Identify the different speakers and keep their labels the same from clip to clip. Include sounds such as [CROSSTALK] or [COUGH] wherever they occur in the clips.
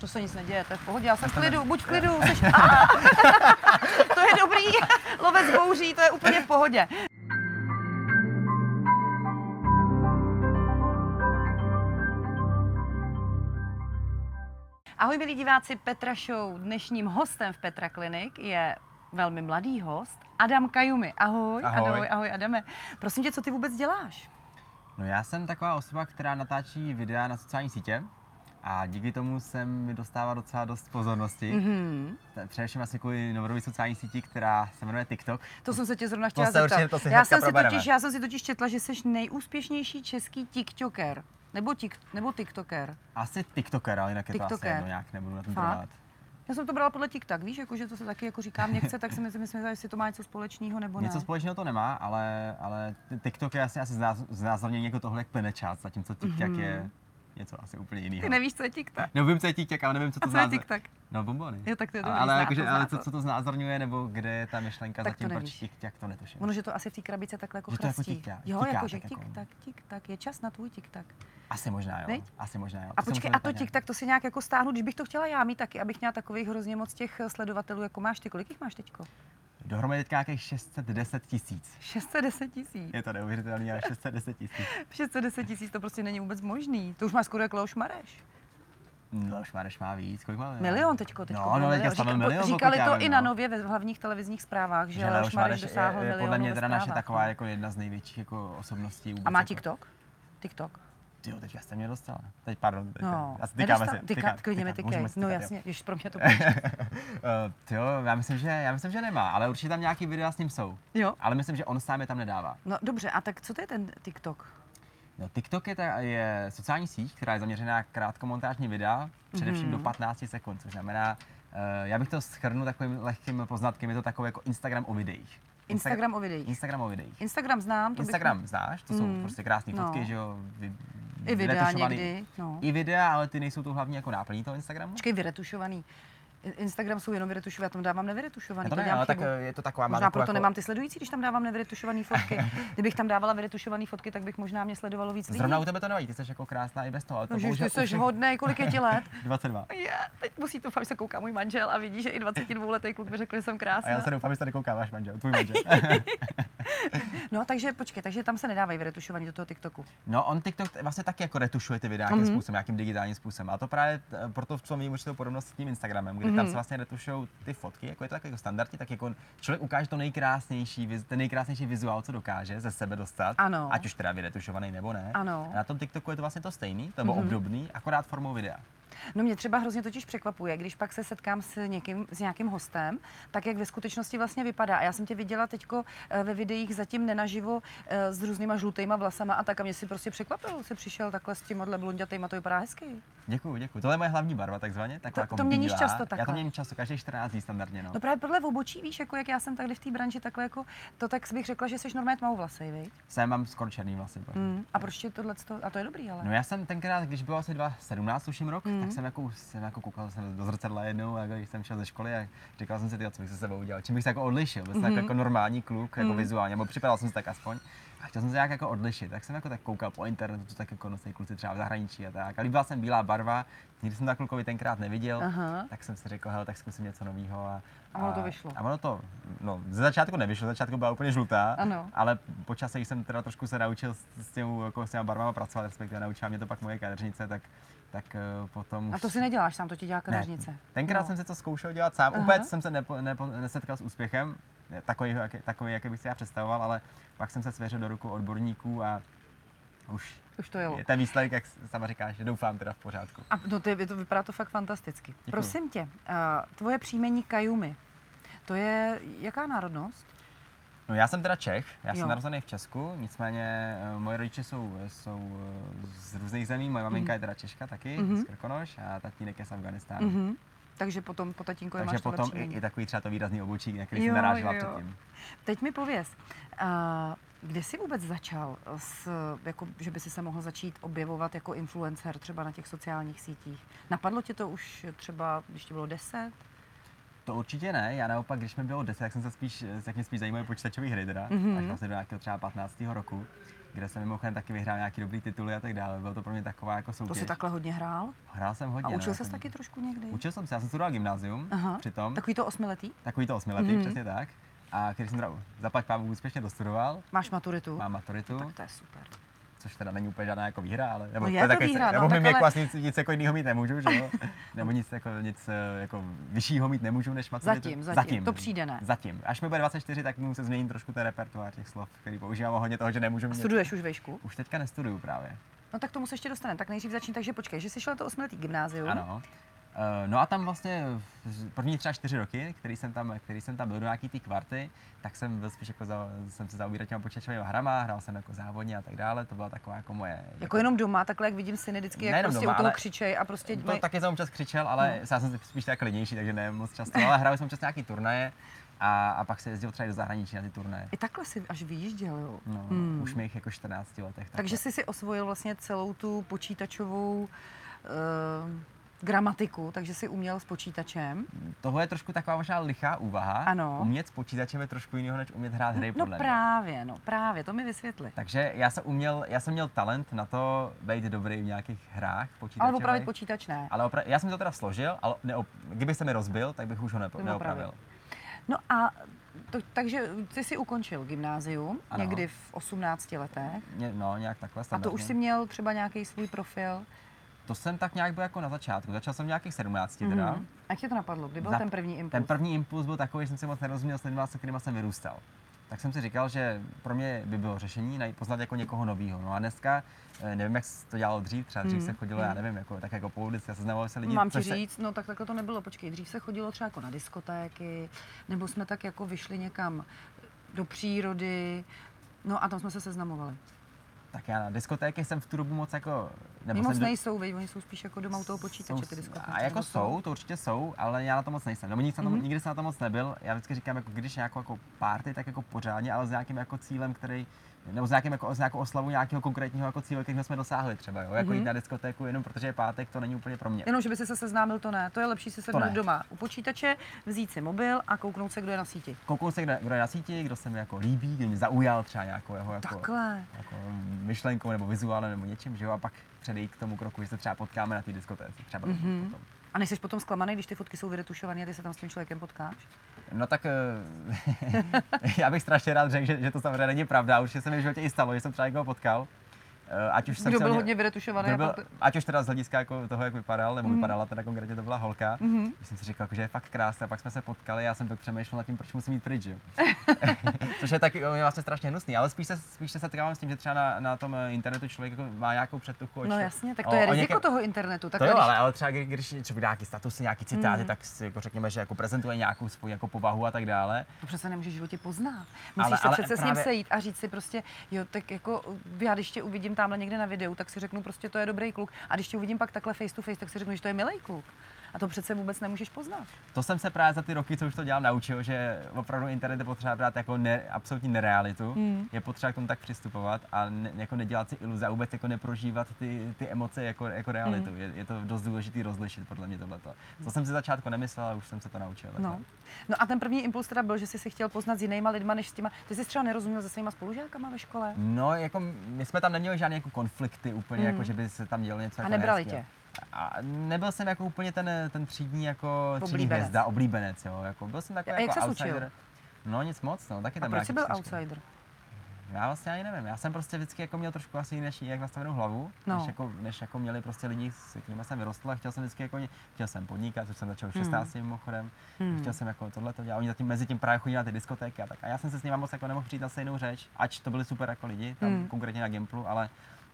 Speaker 1: To se nic neděje, to je v pohodě. Já jsem v klidu, buď v klidu, seš... [LAUGHS] Ah! to je dobrý, lovec bouří, to je úplně v pohodě. Ahoj milí diváci Petra Show. Dnešním hostem v Petra Klinik je velmi mladý host Adam Kajumi. Ahoj,
Speaker 2: Ahoj.
Speaker 1: ahoj, ahoj Adame. Prosím tě, co ty vůbec děláš?
Speaker 2: No já jsem taková osoba, která natáčí videa na sociální sítě a díky tomu jsem mi dostává docela dost pozornosti. Mm-hmm.
Speaker 1: Mm-hmm.
Speaker 2: Především asi kvůli novodobé sociální síti, která se jmenuje TikTok.
Speaker 1: To jsem se tě zrovna
Speaker 2: No, To
Speaker 1: chtěla
Speaker 2: se
Speaker 1: zeptat.
Speaker 2: určitě- to si
Speaker 1: já,
Speaker 2: hnedka
Speaker 1: jsem si
Speaker 2: probereme.
Speaker 1: totiž, já jsem si totiž četla, že jsi nejúspěšnější český TikToker. Nebo, tik, nebo TikToker.
Speaker 2: Asi TikToker, ale jinak je to asi
Speaker 1: TikToker.
Speaker 2: jedno, nějak nebudu na tom
Speaker 1: Fakt?
Speaker 2: trvat.
Speaker 1: Já jsem to brala podle TikTok, víš, jako, že to se taky jako říká měkce, tak si myslím, myslím, jestli to má něco společného nebo ne.
Speaker 2: Něco společného to nemá, ale, ale TikTok je asi, asi znáz- znázornění jako tohle jak penečát, zatímco TikTok
Speaker 1: Mhm.
Speaker 2: je něco asi úplně
Speaker 1: Ty
Speaker 2: jiného. [LAUGHS]
Speaker 1: nevíš, co je TikTok.
Speaker 2: No vím, co je TikTok, ale nevím, co to
Speaker 1: A co je
Speaker 2: znázorňuje.
Speaker 1: TikTok?
Speaker 2: No bombony.
Speaker 1: Jo, tak to je dobrý,
Speaker 2: ale, ale,
Speaker 1: zná
Speaker 2: jakože,
Speaker 1: to, zná
Speaker 2: ale co,
Speaker 1: to.
Speaker 2: co to znázorňuje, nebo kde je ta myšlenka
Speaker 1: Tak to
Speaker 2: zatím, proč
Speaker 1: nevíš.
Speaker 2: TikTok to netuším.
Speaker 1: Ono, že to asi v té krabici takhle jako
Speaker 2: Že to jako
Speaker 1: chrastí.
Speaker 2: tiktá-
Speaker 1: jo,
Speaker 2: tiká
Speaker 1: jako, že
Speaker 2: tak jako.
Speaker 1: TikTok, TikTok, je čas na tvůj TikTok.
Speaker 2: Asi možná jo,
Speaker 1: Viď?
Speaker 2: asi možná jo.
Speaker 1: A
Speaker 2: To se
Speaker 1: počkej,
Speaker 2: musím
Speaker 1: a to
Speaker 2: vypadat.
Speaker 1: TikTok, to si nějak jako stáhnu, když bych to chtěla já mít taky, abych měla takových hrozně moc těch eh, sledovatelů, jako máš ty. Kolik jich máš teďko?
Speaker 2: Dohromady teďka nějakých 610 tisíc.
Speaker 1: 610 tisíc.
Speaker 2: Je to neuvěřitelné, ale 610 tisíc.
Speaker 1: [LAUGHS] 610 tisíc to prostě není vůbec možný. To už má skoro jak Leoš Mareš.
Speaker 2: No, Šmareš má víc, kolik má?
Speaker 1: Milion teďko, teďko
Speaker 2: No,
Speaker 1: byl
Speaker 2: no, teďka
Speaker 1: milion.
Speaker 2: slavil
Speaker 1: Říka-
Speaker 2: milion. pokud
Speaker 1: Říkali
Speaker 2: já
Speaker 1: to
Speaker 2: vím,
Speaker 1: i na
Speaker 2: no.
Speaker 1: nově ve hlavních televizních zprávách, že, Leoš Mareš dosáhl
Speaker 2: je, je
Speaker 1: milionu
Speaker 2: podle mě
Speaker 1: ve
Speaker 2: teda naše
Speaker 1: zprávách. no.
Speaker 2: taková jako jedna z největších jako osobností vůbec.
Speaker 1: A má
Speaker 2: jako-
Speaker 1: TikTok? TikTok.
Speaker 2: Tyjo, teďka jste mě dostala. Teď, pardon. Teď,
Speaker 1: No,
Speaker 2: asi tykáme
Speaker 1: nedostal-
Speaker 2: se.
Speaker 1: tyká, klidně mi
Speaker 2: můžeme
Speaker 1: tykej.
Speaker 2: si
Speaker 1: No
Speaker 2: tykat, jo.
Speaker 1: jasně, ještě pro
Speaker 2: [LAUGHS]
Speaker 1: mě to bude.
Speaker 2: Eh, Tyjo, já myslím, že, já myslím, že nemá, ale určitě tam nějaký videa s ním jsou.
Speaker 1: Jo.
Speaker 2: Ale myslím, že on sám je tam nedává.
Speaker 1: No dobře, a tak co to je ten TikTok?
Speaker 2: No, TikTok je, ta, je sociální síť, která je zaměřená na krátkomontážní videa, především do
Speaker 1: Mhm.
Speaker 2: 15 sekund, což znamená, eh, já bych to schrnul takovým lehkým poznatkem, je to takové jako Instagram o videích.
Speaker 1: Instagram o videích.
Speaker 2: Instagram o videích.
Speaker 1: Instagram znám. To bych-
Speaker 2: Instagram znáš, to jsou
Speaker 1: Mhm.
Speaker 2: prostě krásné
Speaker 1: No.
Speaker 2: fotky, že jo, vy,
Speaker 1: I videa
Speaker 2: vyretušovaný.
Speaker 1: někdy. No.
Speaker 2: I videa, ale ty nejsou tu hlavní jako náplní toho Instagramu.
Speaker 1: Počkej, vyretušovaný. I- Instagram jsou jenom vyretušovaný, já tam dávám nevyretušovaný.
Speaker 2: Já to
Speaker 1: To,
Speaker 2: ne,
Speaker 1: dělám
Speaker 2: ale tak
Speaker 1: chybu.
Speaker 2: eh, je to taková
Speaker 1: Možná proto
Speaker 2: jako,
Speaker 1: nemám ty sledující, když tam dávám nevyretušované fotky.
Speaker 2: [LAUGHS]
Speaker 1: Kdybych tam dávala vyretušované fotky, tak bych možná mě sledovalo víc lidí.
Speaker 2: Zrovna u tebe to nevadí, ty jsi jako krásná i bez toho, ale to
Speaker 1: Ježiš,
Speaker 2: bohužel
Speaker 1: ty
Speaker 2: u
Speaker 1: jsi
Speaker 2: všech- [LAUGHS]
Speaker 1: hodnej, kolik je ti let?
Speaker 2: 22.
Speaker 1: Je, teď musí to, že se kouká můj manžel a vidí, že i 22-letý kluk mi řekl, že jsem
Speaker 2: A
Speaker 1: krásná.
Speaker 2: já se doufám, že se nekouká váš manžel,
Speaker 1: [LAUGHS]
Speaker 2: tvůj manžel.
Speaker 1: No, takže počkej, takže tam se nedávají vyretušovaný do toho TikToku.
Speaker 2: No, on TikTok t- vlastně taky jako retušuje ty videa nějakým
Speaker 1: Mhm.
Speaker 2: způsobem, nějakým digitálním způsobem. A to právě t- proto v tom vidím určitou podobnost s tím Instagramem, kde tam
Speaker 1: Mhm.
Speaker 2: se vlastně retušují ty fotky, jako je to tak jako standardně, tak jako člověk ukáže to nejkrásnější, viz- ten nejkrásnější vizuál, co dokáže ze sebe dostat,
Speaker 1: Ano.
Speaker 2: ať už teda vyretušovaný nebo ne.
Speaker 1: Ano.
Speaker 2: A na tom TikToku je to vlastně to stejný, nebo
Speaker 1: Mhm.
Speaker 2: obdobný, akorát formou videa.
Speaker 1: No mě třeba hrozně totiž překvapuje, když pak se setkám s někým, s nějakým hostem, tak jak ve skutečnosti vlastně vypadá. A já jsem tě viděla teďko eh, ve videích zatím nenaživo eh, s různýma žlutýma vlasama a tak a mě si prostě překvapil, si přišel takhle s tímhle blondětejma, to vypadá hezky.
Speaker 2: Děkuji, děkuji. Tohle je moje hlavní barva, takzvaně. Taková
Speaker 1: To-
Speaker 2: jako
Speaker 1: to měníš
Speaker 2: bílá.
Speaker 1: často
Speaker 2: Já to
Speaker 1: takhle?
Speaker 2: měním často, každý 14 dní standardně. No.
Speaker 1: No právě podle obočí, víš, jako jak já jsem tady v té branži takhle jako, to tak bych řekla, že jsi normálně tmavovlasej, viď?
Speaker 2: Sem mám skoro černý vlasy. pořád.
Speaker 1: Mm. A proč ti tohle, a to je dobrý, ale.
Speaker 2: No já jsem tenkrát, když bylo asi 2017, tuším rok,
Speaker 1: Mhm.
Speaker 2: tak jsem jako, jsem jako koukal jsem do zrcadla jednou, jako když jsem šel ze školy a říkal jsem si, tyjo, co bych se sebou udělal, čím bych se jako odlišil, byl jsem
Speaker 1: Mhm.
Speaker 2: jako, jako normální kluk, jako
Speaker 1: Mhm.
Speaker 2: vizuálně, nebo připadal jsem si tak aspoň. A chtěl jsem se nějak jako odlišit, tak jsem jako tak koukal po internetu, co tak jako nosí kluci třeba v zahraničí a tak. A líbila jsem bílá barva, nikdy jsem tak klukovi tenkrát neviděl,
Speaker 1: Aha.
Speaker 2: tak jsem si řekl, hele, tak zkusím něco nového. A,
Speaker 1: A ono to vyšlo.
Speaker 2: A ono to, no, ze začátku nevyšlo, ze začátku byla úplně žlutá,
Speaker 1: Ano.
Speaker 2: ale po čase, když jsem teda trošku se naučil s, s, těmi, jako s těma barvama pracovat, respektive naučila mě to pak moje kadeřnice, tak, tak eh, potom
Speaker 1: A to
Speaker 2: už-
Speaker 1: si neděláš sám, to ti dělá
Speaker 2: Ne,
Speaker 1: kadeřnice.
Speaker 2: Tenkrát
Speaker 1: No.
Speaker 2: jsem si to zkoušel dělat sám,
Speaker 1: Aha.
Speaker 2: úplně jsem se nepo, nepo, nesetkal s úspěchem, ne, takový, jaký- takový, jaký bych si já představoval, ale pak jsem se svěřil do ruku odborníků a už
Speaker 1: Už to jelo.
Speaker 2: je ten výsledek, jak sama říkáš, že doufám teda v pořádku.
Speaker 1: A no to, je, to vypadá to fakt fantasticky.
Speaker 2: Děkuju.
Speaker 1: Prosím tě, a tvoje příjmení Kajumi, to je jaká národnost?
Speaker 2: No já jsem teda Čech, já
Speaker 1: Jo.
Speaker 2: jsem narozený v Česku, nicméně uh, moje rodiče jsou, jsou eh, z různých zemí, moje maminka je teda Češka taky,
Speaker 1: Mhm.
Speaker 2: z Krkonoš a tatínek je z Afganistánu.
Speaker 1: Mhm. Takže potom po tatínkovi
Speaker 2: Takže
Speaker 1: máš tohle
Speaker 2: potom i,
Speaker 1: příjmení.
Speaker 2: i takový třeba to výrazný obočí, na který
Speaker 1: Jo,
Speaker 2: jsem narážela
Speaker 1: jo, jo.
Speaker 2: předtím.
Speaker 1: Teď mi pověz, a kde jsi vůbec začal, s, jako, že by si se mohl začít objevovat jako influencer třeba na těch sociálních sítích? Napadlo tě to už třeba, když ti bylo 10?
Speaker 2: To určitě ne, já naopak, když mi bylo 10, tak jsem se spíš, tak mě spíš zajímaly počítačové hry teda, mm-hmm. až
Speaker 1: Mhm.
Speaker 2: vlastně do nějakého třeba 15. roku, kde jsem mimochodem taky vyhrál nějaký dobrý tituly a tak dále. Bylo to pro mě taková jako
Speaker 1: To
Speaker 2: soutěž.
Speaker 1: si takhle hodně hrál?
Speaker 2: Hrál jsem
Speaker 1: A
Speaker 2: hodně.
Speaker 1: učil
Speaker 2: no,
Speaker 1: ses
Speaker 2: jako-
Speaker 1: taky trošku někdy?
Speaker 2: Učil jsem se, já jsem studoval gymnázium
Speaker 1: Aha.
Speaker 2: přitom,
Speaker 1: Takový to osmiletý?
Speaker 2: takový to osmiletý,
Speaker 1: Mhm.
Speaker 2: mm-hmm. přesně tak. A když jsem teda zaplať pámu úspěšně dostudoval,
Speaker 1: Máš maturitu?
Speaker 2: mám maturitu,
Speaker 1: Tak to je super.
Speaker 2: což teda není úplně žádná jako výhra, ale
Speaker 1: No
Speaker 2: nebo
Speaker 1: je
Speaker 2: je
Speaker 1: to
Speaker 2: takový,
Speaker 1: výhra,
Speaker 2: já
Speaker 1: no,
Speaker 2: po
Speaker 1: tak
Speaker 2: mém věku
Speaker 1: ale-
Speaker 2: asi nic, nic jako jiného mít nemůžu, že jo? [LAUGHS] nebo nic, jako, nic eh, jako vyššího mít nemůžu, než maturitu.
Speaker 1: Zatím, zatím, to přijde, ne?
Speaker 2: Zatím. Až mi bude 24, tak mu se změní trošku ten repertoár těch slov, který používám a hodně toho, že nemůžu
Speaker 1: A
Speaker 2: mít.
Speaker 1: studuješ už vejšku?
Speaker 2: Už teďka nestuduju právě.
Speaker 1: No tak tomu se ještě dostaneme. Tak nejdřív začni, takže počkej, že jsi šel to osmiletý gymnázium.
Speaker 2: Ano. Eh, No a tam vlastně v- první třeba čtyři roky, který jsem tam, který jsem tam byl do nějaký ty kvarty, tak jsem byl spíš jako za, jsem se zaobíral těma počítačovými hrama, hrál jsem jako závodně a tak dále, to byla taková jako moje...
Speaker 1: Jako jenom doma, takhle jak vidím syny vždycky, jak
Speaker 2: Nejenom
Speaker 1: prostě
Speaker 2: doma,
Speaker 1: u toho
Speaker 2: ale-
Speaker 1: křičej a prostě
Speaker 2: To
Speaker 1: mají-
Speaker 2: No, taky jsem občas křičel,
Speaker 1: Hmm.
Speaker 2: ale já jsem spíš tak klidnější, takže ne moc často, ale hrál jsem občas nějaký turnaje a, a pak se jezdil třeba i do zahraničí na ty turnaje.
Speaker 1: I takhle si až vyjížděl, jo.
Speaker 2: No,
Speaker 1: Hmm.
Speaker 2: už mých jako 14 letech.
Speaker 1: Takže jsi si osvojil vlastně celou tu počítačovou uh, gramatiku, takže si uměl s počítačem.
Speaker 2: Toho je trošku taková možná lichá úvaha.
Speaker 1: Ano.
Speaker 2: Umět s počítačem je trošku jiného, než umět hrát hry,
Speaker 1: No
Speaker 2: podle mě.
Speaker 1: právě, no právě, to mi vysvětli.
Speaker 2: Takže já jsem, uměl, já jsem měl talent na to být dobrý v nějakých hrách
Speaker 1: Ale
Speaker 2: počítačových.
Speaker 1: opravit počítač ne.
Speaker 2: ale opra- já jsem to teda složil, ale neop- kdyby se mi rozbil, tak bych už ho nepo-
Speaker 1: Neopravil.
Speaker 2: neopravil.
Speaker 1: No a to, takže ty si ukončil gymnázium
Speaker 2: Ano.
Speaker 1: někdy v 18 letech.
Speaker 2: Ně- no, nějak takhle
Speaker 1: A to už
Speaker 2: standardně.
Speaker 1: si měl třeba nějaký svůj profil.
Speaker 2: To jsem tak nějak byl jako na začátku. Začal jsem v nějakých 17
Speaker 1: Mhm.
Speaker 2: teda.
Speaker 1: Jak tě to napadlo? Kdy byl
Speaker 2: Zap-
Speaker 1: ten první impuls?
Speaker 2: Ten první impuls byl takový, že jsem si moc nerozuměl s lidmi, se kterými jsem vyrůstal. Tak jsem si říkal, že pro mě by bylo řešení najít poznat jako někoho nového. No a dneska, eh, nevím, jak se to dělalo dřív, třeba dřív
Speaker 1: Mm,
Speaker 2: se chodilo, já nevím, jako, tak jako po ulici, a seznamovali se lidi.
Speaker 1: Mám ti
Speaker 2: což se-
Speaker 1: říct, no tak takhle to nebylo. Počkej, dřív se chodilo třeba jako na diskotéky, nebo jsme tak jako vyšli někam do přírody, no a tam jsme se seznamovali.
Speaker 2: Tak já na diskotéky jsem v tu dobu moc jako...
Speaker 1: Oni moc
Speaker 2: jsem do-
Speaker 1: nejsou, vej, oni jsou spíš jako doma u toho počítače, ty
Speaker 2: s-
Speaker 1: diskotéky. no.
Speaker 2: A jako
Speaker 1: nebo
Speaker 2: jsou, to určitě jsou, ale já na to moc nejsem. Nebo nikdy, mm-hmm.
Speaker 1: Mhm.
Speaker 2: nikdy jsem na to moc nebyl. Já vždycky říkám, jako když nějakou jako party, tak jako pořádně, ale s nějakým jako cílem, který nebo s, nějakým, jako, s nějakou oslavou nějakého konkrétního jako cíle, který jsme dosáhli třeba, jo? jako
Speaker 1: Mhm.
Speaker 2: jít na diskotéku jenom protože je pátek, to není úplně pro mě.
Speaker 1: Jenom, že by si se seznámil, to ne. To je lepší si sednout
Speaker 2: ne.
Speaker 1: doma u počítače, vzít si mobil a kouknout se, kdo je na síti.
Speaker 2: Kouknu se, kdo, kdo je na síti, kdo se mi jako líbí, kdo mě zaujal třeba nějakou jeho jako,
Speaker 1: Takhle.
Speaker 2: jako myšlenkou nebo vizuálem nebo něčím, že jo, a pak předejít k tomu kroku, že se třeba potkáme na té diskotéce, třeba
Speaker 1: Mhm.
Speaker 2: mm-hmm. potom.
Speaker 1: A nejseš potom zklamaný, když ty fotky jsou vyretušované a ty se tam s tím člověkem potkáš?
Speaker 2: No tak eh, [LAUGHS] já bych strašně rád řekl, že, že to samozřejmě není pravda. Už se mi v životě i stalo, že jsem třeba někoho potkal. eh, Ať už jsem
Speaker 1: Kdo
Speaker 2: se
Speaker 1: byl
Speaker 2: o ně-
Speaker 1: hodně jako vyretušovaný?
Speaker 2: kdo
Speaker 1: a
Speaker 2: byl,
Speaker 1: pak-
Speaker 2: ať už teda z hlediska jako toho, jak vypadal, nebo vypadala teda konkrétně to byla holka,
Speaker 1: Mhm.
Speaker 2: když jsem si říkal, jako, že je fakt krásná, a pak jsme se potkali, já jsem pak přemýšlel nad tím, proč musím mít
Speaker 1: [LAUGHS]
Speaker 2: pryč. jo. [LAUGHS] Což je taky o, je vlastně strašně hnusný, ale spíš se, spíš se setkávám s tím, že třeba na, na tom eh, internetu člověk jako má nějakou předtuchu. o
Speaker 1: No
Speaker 2: čem-
Speaker 1: jasně, tak
Speaker 2: o-
Speaker 1: to je
Speaker 2: o
Speaker 1: riziko
Speaker 2: někém-
Speaker 1: toho internetu. Tak
Speaker 2: to
Speaker 1: když- Mm.
Speaker 2: jo, ale, ale třeba kdy- když člověk dá nějaký statusy, nějaký citáty, tak si jako řekněme, že jako prezentuje nějakou svou jako povahu a tak dále.
Speaker 1: To No přece nemůžeš v životě poznat. Musíš
Speaker 2: Ale-
Speaker 1: ale, se
Speaker 2: ale
Speaker 1: přece s
Speaker 2: právě-
Speaker 1: ním sejít a říct si prostě, jo, tak jako já když tě uvidím tamhle někde na videu, tak si řeknu prostě, to je dobrý kluk. A když tě uvidím pak takhle face to face, tak si řeknu, že to je milý kluk. A to přece vůbec nemůžeš poznat.
Speaker 2: To jsem se právě za ty roky, co už to dělám, naučil, že opravdu internet je potřeba brát jako ne, absolutní nerealitu.
Speaker 1: Hmm.
Speaker 2: Je potřeba k tomu tak přistupovat a ne, jako nedělat si iluze a vůbec jako neprožívat ty, ty emoce jako, jako
Speaker 1: Mm.
Speaker 2: realitu. Je, je, to dost důležité rozlišit podle mě tohleto. To jsem si začátku nemyslel, ale už jsem se to naučil. jako. takhle.
Speaker 1: No. no a ten první impuls teda byl, že jsi si chtěl poznat s jinýma lidma, než s těma. Ty jsi třeba nerozuměl se svýma spolužákama ve škole?
Speaker 2: No, jako my jsme tam neměli žádné jako konflikty úplně, jako že by se tam dělo něco
Speaker 1: Mm. A
Speaker 2: jako
Speaker 1: nebrali
Speaker 2: nehezkého.
Speaker 1: tě?
Speaker 2: A nebyl jsem jako úplně ten, ten třídní jako třídní
Speaker 1: Oblíbenec.
Speaker 2: hvězda, oblíbenec, jo. Jako, byl jsem takový
Speaker 1: A jak
Speaker 2: jako
Speaker 1: ses
Speaker 2: outsider.
Speaker 1: učil?
Speaker 2: No nic moc, no, taky
Speaker 1: A
Speaker 2: tam
Speaker 1: proč
Speaker 2: nějaký
Speaker 1: jsi byl
Speaker 2: příslušky.
Speaker 1: outsider?
Speaker 2: Já vlastně ani nevím, já jsem prostě vždycky jako měl trošku asi jinak, jak nastavenou hlavu,
Speaker 1: No.
Speaker 2: než, jako, než jako měli prostě lidi, s kterými jsem vyrostl a chtěl jsem vždycky jako, ně- chtěl jsem podnikat, což jsem začal v 16 mimochodem,
Speaker 1: Hmm.
Speaker 2: chtěl jsem jako tohle to dělat, oni zatím mezi tím právě chodili na ty diskotéky a tak. A já jsem se s nimi moc jako nemohl přijít na stejnou řeč, ač to byli super jako lidi, tam
Speaker 1: Hmm.
Speaker 2: konkrétně na Gimplu, ale,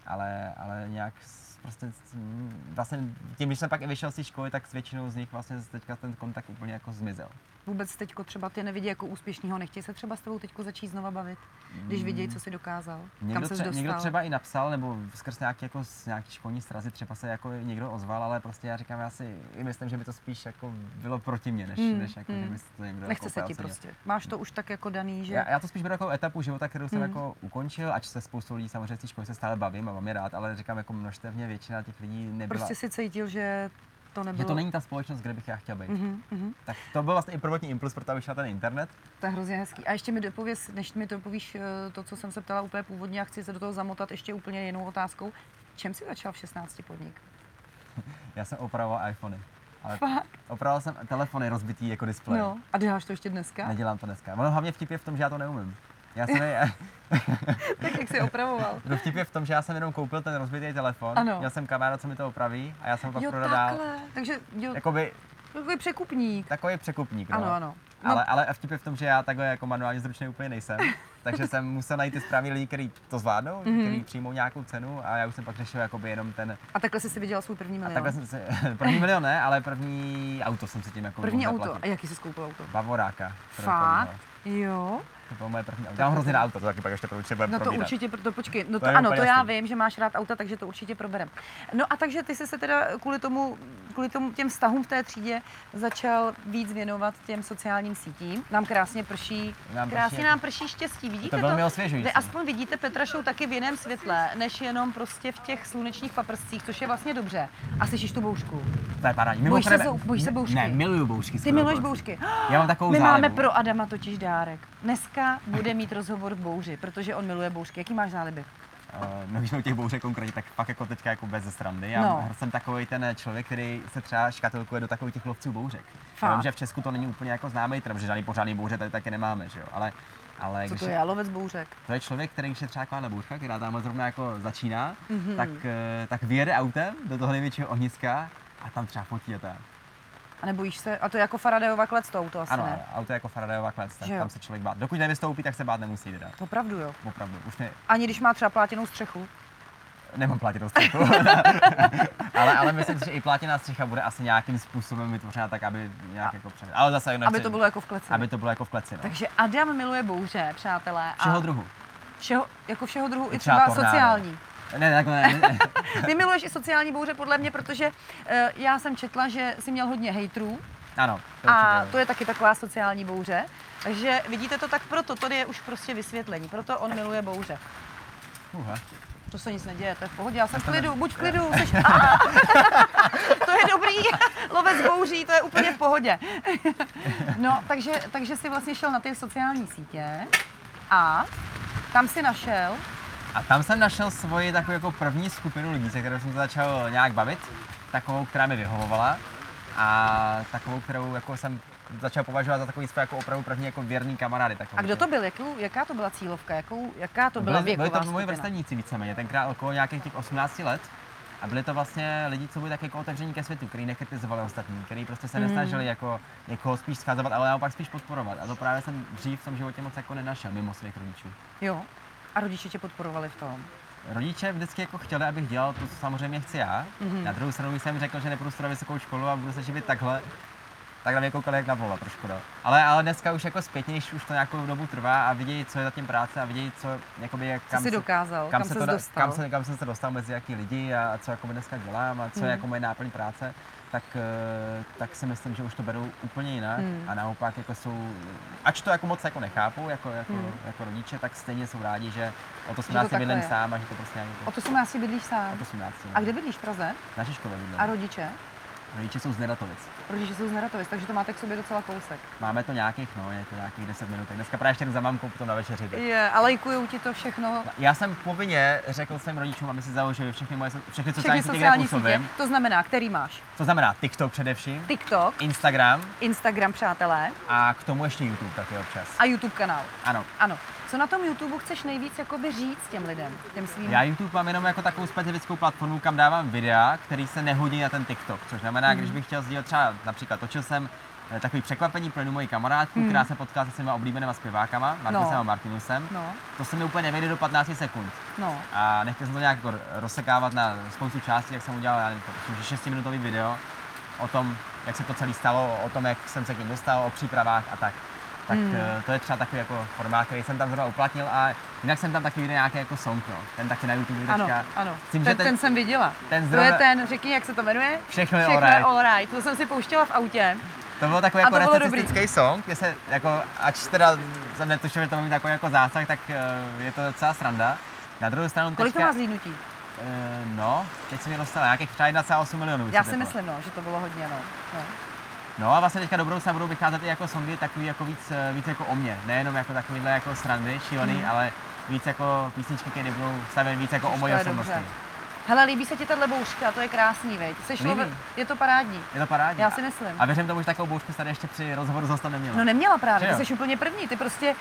Speaker 2: ale, ale nějak s- prostě s- mm, vlastně tím, když jsem pak i vyšel z té školy, tak s většinou z nich vlastně teďka ten kontakt úplně jako zmizel.
Speaker 1: Vůbec teďko třeba tě nevidí jako úspěšného, nechtějí se třeba s tebou teďko začít znova bavit, když vidějí, co jsi dokázal, kam
Speaker 2: Někdo,
Speaker 1: jsi
Speaker 2: tře-
Speaker 1: dostal.
Speaker 2: někdo třeba i napsal, nebo skrz nějaký, jako, s- nějaký školní srazy třeba se jako někdo ozval, ale prostě já říkám, já si i myslím, že by to spíš jako bylo proti mně, než,
Speaker 1: Hmm,
Speaker 2: než jako, že
Speaker 1: hmm.
Speaker 2: by se to někdo
Speaker 1: Nechce
Speaker 2: jako
Speaker 1: se
Speaker 2: úplně
Speaker 1: ti
Speaker 2: ocenil.
Speaker 1: prostě. Máš to už tak jako daný, že?
Speaker 2: Já, já, to spíš beru jako etapu života, kterou jsem
Speaker 1: Hmm.
Speaker 2: jako ukončil, ač se spoustu lidí samozřejmě z té školy se stále bavím a mám je rád, ale říkám, jako množstevně většina těch lidí nebyla.
Speaker 1: Prostě si Prostě cítil, že to nebylo.
Speaker 2: Že to není ta společnost, kde bych já chtěl být.
Speaker 1: Mhm, mhm.
Speaker 2: Tak to byl vlastně i prvotní impuls, proto abych šel na ten internet.
Speaker 1: To je hrozně hezký. A ještě mi dopověz, než mi to povíš, eh, to, co jsem se ptala úplně původně a chci se do toho zamotat ještě úplně jinou otázkou. Čem jsi začal v 16 podnik?
Speaker 2: Já jsem opravoval iPhony. Ale
Speaker 1: Fakt?
Speaker 2: opravoval jsem telefony rozbitý jako displej.
Speaker 1: No. A děláš to ještě dneska?
Speaker 2: Nedělám to dneska. Ono hlavně vtip je v tom, že já to neumím. Já jsem, je-
Speaker 1: Tak jak jsi opravoval?
Speaker 2: [LAUGHS] no vtip je v tom, že já jsem jenom koupil ten rozbitý telefon,
Speaker 1: Ano.
Speaker 2: měl jsem kamaráda, co mi to opraví a já jsem ho pak
Speaker 1: Jo,
Speaker 2: prodal dál.
Speaker 1: takhle. Takže jo,
Speaker 2: Jakoby
Speaker 1: takový překupník.
Speaker 2: takový překupník. No.
Speaker 1: Ano, ano. No,
Speaker 2: Jako- Ale, ale vtip je v tom, že já takhle jako manuálně zručný
Speaker 1: [LAUGHS]
Speaker 2: úplně nejsem, takže jsem musel najít ty správný lidi, kteří to zvládnou,
Speaker 1: Mhm.
Speaker 2: mm-hmm. kteří přijmou nějakou cenu a já už jsem pak řešil jakoby jenom ten,
Speaker 1: A takhle jsi si vydělal svůj první
Speaker 2: a
Speaker 1: milion.
Speaker 2: takhle jsem si, [LAUGHS] první milion ne, ale první auto jsem si tím jako
Speaker 1: První
Speaker 2: mohl
Speaker 1: auto. A
Speaker 2: zaplatit.
Speaker 1: jaký jsi koupil auto?
Speaker 2: Bavoráka.
Speaker 1: Fakt?
Speaker 2: prvního.
Speaker 1: Jo.
Speaker 2: To bylo moje první auto. Já mám hrozně na auto, to taky pak ještě určitě budeme
Speaker 1: No to
Speaker 2: probírat.
Speaker 1: určitě, pro- to počkej, no
Speaker 2: To
Speaker 1: to,
Speaker 2: je
Speaker 1: ano,
Speaker 2: úplně
Speaker 1: to já
Speaker 2: jasný.
Speaker 1: vím, že máš rád auta, takže to určitě proberem. No a takže ty jsi se teda kvůli tomu, kvůli tomu těm vztahům v té třídě začal víc věnovat těm sociálním sítím. Nám krásně prší,
Speaker 2: Nám
Speaker 1: krásně
Speaker 2: prší-
Speaker 1: nám prší štěstí, vidíte
Speaker 2: to velmi osvěžující.
Speaker 1: Vy aspoň vidíte Petra Show taky v jiném světle, než jenom prostě v těch slunečních paprscích, což je vlastně dobře. A slyšíš tu boušku.
Speaker 2: To je parádní.
Speaker 1: Bojíš se
Speaker 2: Mimochodem-
Speaker 1: zou- bojíš se bouřky?
Speaker 2: Ne, miluju bouřky.
Speaker 1: Ty
Speaker 2: skoro
Speaker 1: miluješ
Speaker 2: dokonce.
Speaker 1: bouřky.
Speaker 2: Já mám takovou
Speaker 1: My
Speaker 2: zálibu.
Speaker 1: máme pro Adama totiž dárek. Dneska bude mít rozhovor k bouři, protože on miluje bouřky. Jaký máš záliby?
Speaker 2: Eh, No, když jsme u těch bouřek konkrétně, tak pak jako teďka jako bez srandy. Já
Speaker 1: No.
Speaker 2: no. jsem takový ten člověk, který se třeba škatulkuje do takových těch lovců bouřek.
Speaker 1: Fakt?
Speaker 2: Já vím, že v Česku to není úplně jako známý trend, že žádný pořádný bouře tady taky nemáme, že jo. Ale, ale
Speaker 1: Co
Speaker 2: když
Speaker 1: to je? Lovec bouřek.
Speaker 2: to je člověk, který když je třeba taková bouřka, která tamhle zrovna jako začíná,
Speaker 1: Mhm.
Speaker 2: mm-hmm. tak, eh, tak vyjede autem do toho největšího ohniska a tam třeba fotí a tak.
Speaker 1: A nebojíš se? A to je jako Faradayova klectou, to asi
Speaker 2: Ano,
Speaker 1: ne.
Speaker 2: auto je jako Faradayová klec, tak
Speaker 1: Že jo.
Speaker 2: tam se člověk bát. Dokud nevystoupí, tak se bát nemusí teda.
Speaker 1: Opravdu jo.
Speaker 2: Opravdu, už ne,
Speaker 1: Ani když má třeba plátěnou střechu.
Speaker 2: nemám
Speaker 1: [LAUGHS]
Speaker 2: plátěnou střechu. ale, ale myslím si, že i plátěná střecha bude asi nějakým způsobem vytvořena tak, aby nějak jako před... Ale zase nechci,
Speaker 1: Aby to bylo jako v kleci.
Speaker 2: aby to bylo jako v kleci, no.
Speaker 1: Takže Adam miluje bouře, přátelé. A
Speaker 2: Všeho druhu.
Speaker 1: Všeho, jako všeho druhu, i
Speaker 2: I
Speaker 1: třeba,
Speaker 2: třeba tornádo. [LAUGHS]
Speaker 1: sociální.
Speaker 2: Ne, ne, takhle
Speaker 1: [LAUGHS]
Speaker 2: ne, ne.
Speaker 1: Ty miluješ i sociální bouře, podle mě, protože eh, já jsem četla, že jsi měl hodně hejtrů
Speaker 2: Ano.
Speaker 1: a
Speaker 2: určitě.
Speaker 1: to je taky taková sociální bouře. Takže vidíte to tak proto, to je už prostě vysvětlení. Proto on miluje bouře.
Speaker 2: Uha.
Speaker 1: To se nic neděje, to je v pohodě, já jsem v
Speaker 2: To ne-
Speaker 1: klidu, buď v klidu, seš... [LAUGHS]
Speaker 2: [LAUGHS]
Speaker 1: to je dobrý, [LAUGHS] lovec bouří, to je úplně v pohodě. [LAUGHS] no, takže, takže jsi vlastně šel na ty sociální sítě a tam si našel,
Speaker 2: A tam jsem našel svoji takovou jako první skupinu lidí, se kterou jsem se začal nějak bavit, takovou, která mi vyhovovala a takovou, kterou jako jsem začal považovat za takový své jako opravdu první jako věrný kamarády. Takovou,
Speaker 1: a kdo to byl, jakou, jaká to byla cílovka, jakou, jaká to byla
Speaker 2: byli, byli
Speaker 1: věková
Speaker 2: to moji
Speaker 1: skupina?
Speaker 2: vrstevníci víceméně, tenkrát okolo nějakých těch 18 let. A byli to vlastně lidi, co byli tak jako otevření ke světu, který nekritizovali ostatní, který prostě
Speaker 1: Mm.
Speaker 2: se nesnažili jako někoho spíš schazovat, ale naopak spíš podporovat. A to právě jsem dřív v tom životě moc jako nenašel mimo svých rodičů.
Speaker 1: Jo, a rodiče tě podporovali v tom.
Speaker 2: Rodiče vždycky jako chtěli, abych dělal to, co samozřejmě chci já.
Speaker 1: Mhm.
Speaker 2: Mm-hmm. Na druhou stranu když jsem řekl, že nepůjdu studovat vysokou školu a budu se živit takhle. Tak na mě koukali jak na vola trošku, no. Ale, ale dneska už jako zpětně, když už to nějakou dobu trvá a vidějí, co je za tím práce a vidějí, co, jakoby, jak-
Speaker 1: Co
Speaker 2: kam
Speaker 1: jsi
Speaker 2: se-
Speaker 1: dokázal, kam,
Speaker 2: kam,
Speaker 1: kam
Speaker 2: se
Speaker 1: ses
Speaker 2: to, da-
Speaker 1: dostal?
Speaker 2: Kam, se, kam jsem se dostal mezi jaký lidi a, a co jako dneska dělám a co
Speaker 1: Mm.
Speaker 2: je jako moje náplň práce, tak, eh, tak si myslím, že už to berou úplně jinak
Speaker 1: Mm.
Speaker 2: a naopak jako jsou, ač to jako moc jako nechápou jako, jako,
Speaker 1: Mm.
Speaker 2: jako rodiče, tak stejně jsou rádi, že o to
Speaker 1: takhle
Speaker 2: 18 bydlím
Speaker 1: je.
Speaker 2: sám a že to prostě nějak
Speaker 1: O
Speaker 2: jako,
Speaker 1: to jsem asi bydlíš
Speaker 2: o
Speaker 1: sám.
Speaker 2: to 18.
Speaker 1: A kde bydlíš v Praze?
Speaker 2: Na Žižkově bydlím.
Speaker 1: A rodiče?
Speaker 2: Rodiče jsou z Neratovic.
Speaker 1: Rodiče jsou z Neratovic, takže to máte k sobě docela kousek.
Speaker 2: Máme to nějakých, no, je to nějakých 10 minut. Tak Dneska právě ještě jdu za mamkou potom na večeři. tak-
Speaker 1: Je, a lajkujou ti to všechno.
Speaker 2: Já jsem povinně řekl svým rodičům, aby si založili všechny moje so- všechny
Speaker 1: Všechny
Speaker 2: sociální sítě, kde
Speaker 1: sociální sítě.
Speaker 2: působím.
Speaker 1: To znamená, který máš?
Speaker 2: To znamená TikTok především,
Speaker 1: TikTok,
Speaker 2: Instagram,
Speaker 1: Instagram, přátelé,
Speaker 2: A k tomu ještě YouTube taky občas.
Speaker 1: a YouTube kanál.
Speaker 2: Ano.
Speaker 1: Ano. Co na tom YouTube chceš nejvíc jakoby říct těm lidem, těm svým?
Speaker 2: Já YouTube mám jenom jako takovou specifickou platformu, kam dávám videa, který se nehodí na ten TikTok. Což znamená,
Speaker 1: Hmm.
Speaker 2: když bych chtěl sdílet třeba, například točil jsem eh, takový překvapení pro jednu moji kamarádku, která se potkala se svýma oblíbenýma zpěvákama, Markusem
Speaker 1: Hmm. No.
Speaker 2: a Martinusem.
Speaker 1: No,
Speaker 2: To se mi úplně nevyjde do 15 sekund.
Speaker 1: no.
Speaker 2: A nechtěl jsem to nějak jako rozsekávat na spoustu částí, jak jsem udělal, já nevím, to 6-minutový video o tom, jak se to celé stalo, o tom, jak jsem se k ním dostal, o přípravách a tak. Tak
Speaker 1: Hmm.
Speaker 2: eh, to je třeba takový jako formát, který jsem tam zrovna uplatnil a jinak jsem tam taky viděl nějaký jako song, no. ten taky na YouTube
Speaker 1: Ano,
Speaker 2: teďka.
Speaker 1: ano.
Speaker 2: Tím, že
Speaker 1: ten,
Speaker 2: ten-
Speaker 1: ten, jsem viděla.
Speaker 2: ten
Speaker 1: To je
Speaker 2: zrovna-
Speaker 1: ten, řekni, jak se to jmenuje?
Speaker 2: Všechno je
Speaker 1: Všechno je
Speaker 2: alright.
Speaker 1: all right. To jsem si pouštěla v autě.
Speaker 2: To bylo takový
Speaker 1: A
Speaker 2: jako
Speaker 1: to bylo dobrý.
Speaker 2: recesistický song, kde se jako, ač teda jsem netušil, že to má mít takový jako zásah, tak eh, je to docela sranda. Na druhou stranu
Speaker 1: Kolik to
Speaker 2: teďka-
Speaker 1: má zlídnutí?
Speaker 2: Eh, no, teď jsem mě dostal nějakých třeba 1,8 milionů. jako.
Speaker 1: Já
Speaker 2: se
Speaker 1: si
Speaker 2: typu.
Speaker 1: myslím, no, že to bylo hodně, no. no.
Speaker 2: No a vlastně teďka do budoucna budou vycházet i jako songy takový jako víc, eh, víc jako o mě. Nejenom jako takovýhle jako srandy, šílený, mm. ale víc jako písničky, které budou stavěny víc jako o
Speaker 1: Už
Speaker 2: mojí
Speaker 1: Mhm. to je
Speaker 2: osobnosti.
Speaker 1: dobře. Hele, líbí se ti tahle bouřka, to je krásný, veď. Sešlo,
Speaker 2: Líbí.
Speaker 1: je to parádní,
Speaker 2: Je to parádní.
Speaker 1: já si myslím.
Speaker 2: A věřím tomu, že takovou boušku tady ještě při rozhovoru zase neměla.
Speaker 1: No neměla
Speaker 2: Že
Speaker 1: právě,
Speaker 2: jo?
Speaker 1: ty jsi úplně první, ty prostě,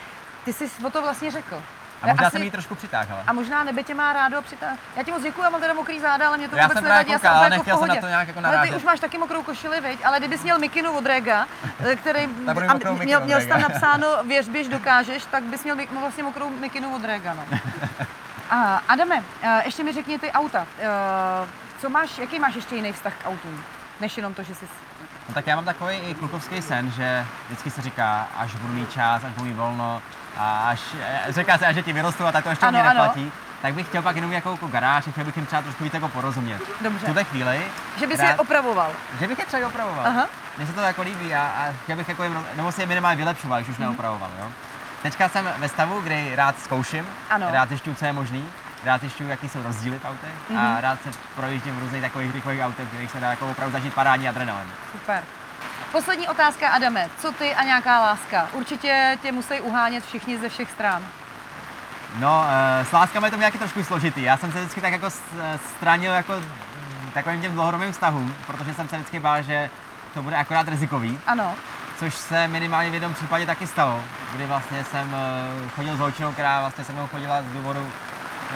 Speaker 1: ty jsi o to vlastně řekl.
Speaker 2: a možná
Speaker 1: Asi-
Speaker 2: jsem jí trošku přitáhl. ale-
Speaker 1: a možná nebe tě má rádo přitá. Já ti moc děkuji, já mám teda mokrý záda, ale mě to
Speaker 2: Já
Speaker 1: vůbec
Speaker 2: jsem
Speaker 1: nevadí,
Speaker 2: právě
Speaker 1: já jsem
Speaker 2: koukal, ale
Speaker 1: úplně jako v
Speaker 2: nechtěl jsem na
Speaker 1: pohodě.
Speaker 2: to nějak jako
Speaker 1: Ale ty
Speaker 2: narážet.
Speaker 1: už máš taky mokrou košili, viď? ale kdybys měl mikinu od Rega, eh, který
Speaker 2: [LAUGHS] Tak budu
Speaker 1: a
Speaker 2: mokrou
Speaker 1: měl,
Speaker 2: mikinu
Speaker 1: měl
Speaker 2: od
Speaker 1: jsi tam
Speaker 2: Rega.
Speaker 1: napsáno věř, běž, dokážeš, tak bys měl mik- no, vlastně mokrou mikinu od Rega.
Speaker 2: [LAUGHS]
Speaker 1: No. A Adame, eh, ještě mi řekni ty auta. Eh, Co máš, jaký máš ještě jiný vztah k autům, než jenom to, že jsi
Speaker 2: No tak já mám takový i klukovský sen, že vždycky se říká, až budu mít čas, až budu mít volno, a až, eh, říká se, až děti vyrostou a tak to ještě
Speaker 1: Ano,
Speaker 2: mě
Speaker 1: ano.
Speaker 2: neplatí, tak bych chtěl pak jenom jako, jako garáž, a chtěl bych jim třeba trošku víc jako porozumět. V
Speaker 1: dobře,
Speaker 2: tuhle chvíli,
Speaker 1: že bys je
Speaker 2: rád-
Speaker 1: opravoval.
Speaker 2: že bych je třeba opravoval.
Speaker 1: Aha.
Speaker 2: Mně se to jako líbí a, a chtěl bych jako jim, roz- nebo si je minimálně vylepšoval, když už
Speaker 1: Mhm.
Speaker 2: neopravoval, jo. Teďka jsem ve stavu, kdy rád zkouším,
Speaker 1: Ano.
Speaker 2: rád zjišťuju, co je možný, rád zjišťuju, jaký jsou rozdíly v autech
Speaker 1: Mhm.
Speaker 2: a rád se projíždím v různých takových rychlých autech, kterých se dá jako opravdu zažít parádní adrenalin.
Speaker 1: Super. Poslední otázka, Adame. Co ty a nějaká láska? Určitě tě musí uhánět všichni ze všech stran.
Speaker 2: No, eh, s láskama je to nějaký trošku složitý. Já jsem se vždycky tak jako s- eh, stranil jako mm, takovým těm dlouhodobým vztahům, protože jsem se vždycky bál, že to bude akorát rizikový,
Speaker 1: Ano,
Speaker 2: což se minimálně v jednom případě taky stalo, kdy vlastně jsem eh, chodil s holčinou, která vlastně se mnou chodila z důvodu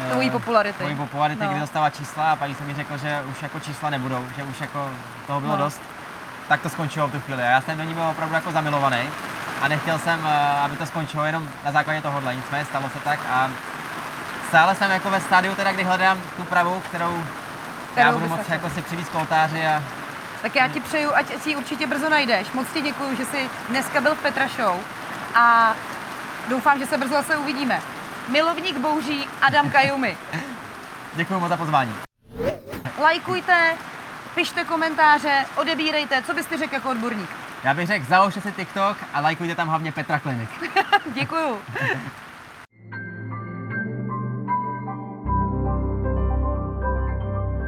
Speaker 2: eh,
Speaker 1: Tvojí popularity.
Speaker 2: Tvojí popularity,
Speaker 1: No.
Speaker 2: no. kdy dostala čísla a paní se mi řekla, že už jako čísla nebudou, že už jako toho bylo
Speaker 1: No.
Speaker 2: no. dost. Tak to skončilo v tu chvíli. A Já jsem do ní byl opravdu jako zamilovaný a nechtěl jsem, eh, aby to skončilo jenom na základě tohohle. Nicméně stalo se tak a stále jsem jako ve stádiu teda, kdy hledám tu pravou, kterou,
Speaker 1: Kterou
Speaker 2: já budu
Speaker 1: bys
Speaker 2: moct
Speaker 1: našel.
Speaker 2: jako si přivít k oltáři a
Speaker 1: tak já ti přeju, ať si ji určitě brzo najdeš. Moc ti děkuji, že jsi dneska byl v Petra Show a doufám, že se brzo zase uvidíme. Milovník bouří Adam
Speaker 2: [LAUGHS]
Speaker 1: Kajumi.
Speaker 2: děkuji moc za pozvání.
Speaker 1: Lajkujte, pište komentáře, odebírejte. Co bys ty řekl jako odborník? [LAUGHS]
Speaker 2: Já bych řekl, založte si TikTok a lajkujte tam hlavně Petra Klinik.
Speaker 1: Děkuju.